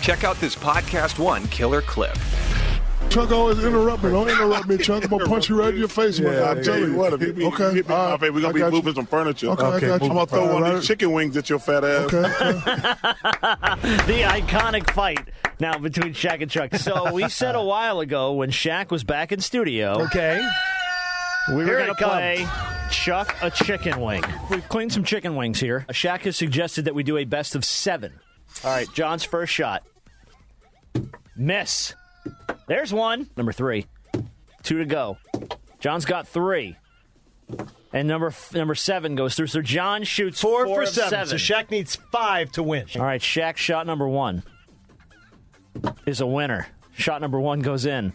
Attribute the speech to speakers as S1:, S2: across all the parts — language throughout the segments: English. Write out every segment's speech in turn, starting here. S1: check out this podcast one killer clip.
S2: Chuck always interrupt me. Don't interrupt me, Chuck. I'm gonna punch you right in your face.
S3: Yeah,
S2: man. I'll
S3: yeah,
S2: tell
S3: yeah.
S2: you what.
S3: Hit me-
S2: okay,
S3: hit me.
S2: all right.
S3: Okay, we're
S2: I
S3: gonna be
S2: got you.
S3: moving some furniture.
S2: Okay,
S3: I'm
S2: I got you.
S3: gonna throw one of these
S2: Alright.
S3: chicken wings at your fat ass.
S2: Okay.
S4: The iconic fight now between Shaq and Chuck. So we said a while ago when Shaq was back in studio,
S5: Okay. Here
S4: we
S5: it
S4: were going to
S5: comes.
S4: play Chuck a chicken wing. We've cleaned some chicken wings here. Shaq has suggested that we do a best of seven. All right, John's first shot. Miss. There's one. Number three. Two to go. John's got three. And number f- number seven goes through. So John shoots
S5: Four, for
S4: of
S5: seven. So Shaq needs five to win.
S4: all right, Shaq shot number one is a winner. Shot number one goes in.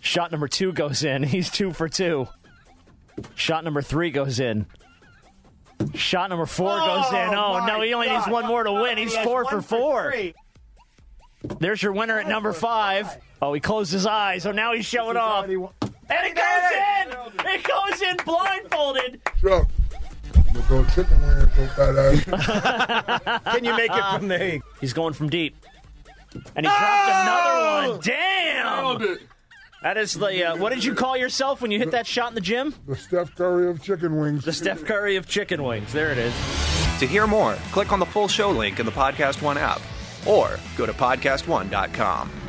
S4: Shot number two goes in. He's two for two. Shot number three goes in. Shot number four goes in. Oh, no, he only needs one more to win. He's four for four. There's your winner at number five. Oh, he closed his eyes. Oh, now he's showing off. And it goes in! It goes in blindfolded.
S2: Chuck. I'm gonna go chicken wing so fat ass.
S5: Can you make it from there?
S4: He's going from deep. And he dropped another one. Damn! That is the. Uh, what did you call yourself when you hit that shot in the gym?
S2: The Steph Curry of chicken wings.
S4: The Steph Curry of chicken wings. There it is.
S1: To hear more, click on the full show link in the Podcast One app or go to podcastone.com.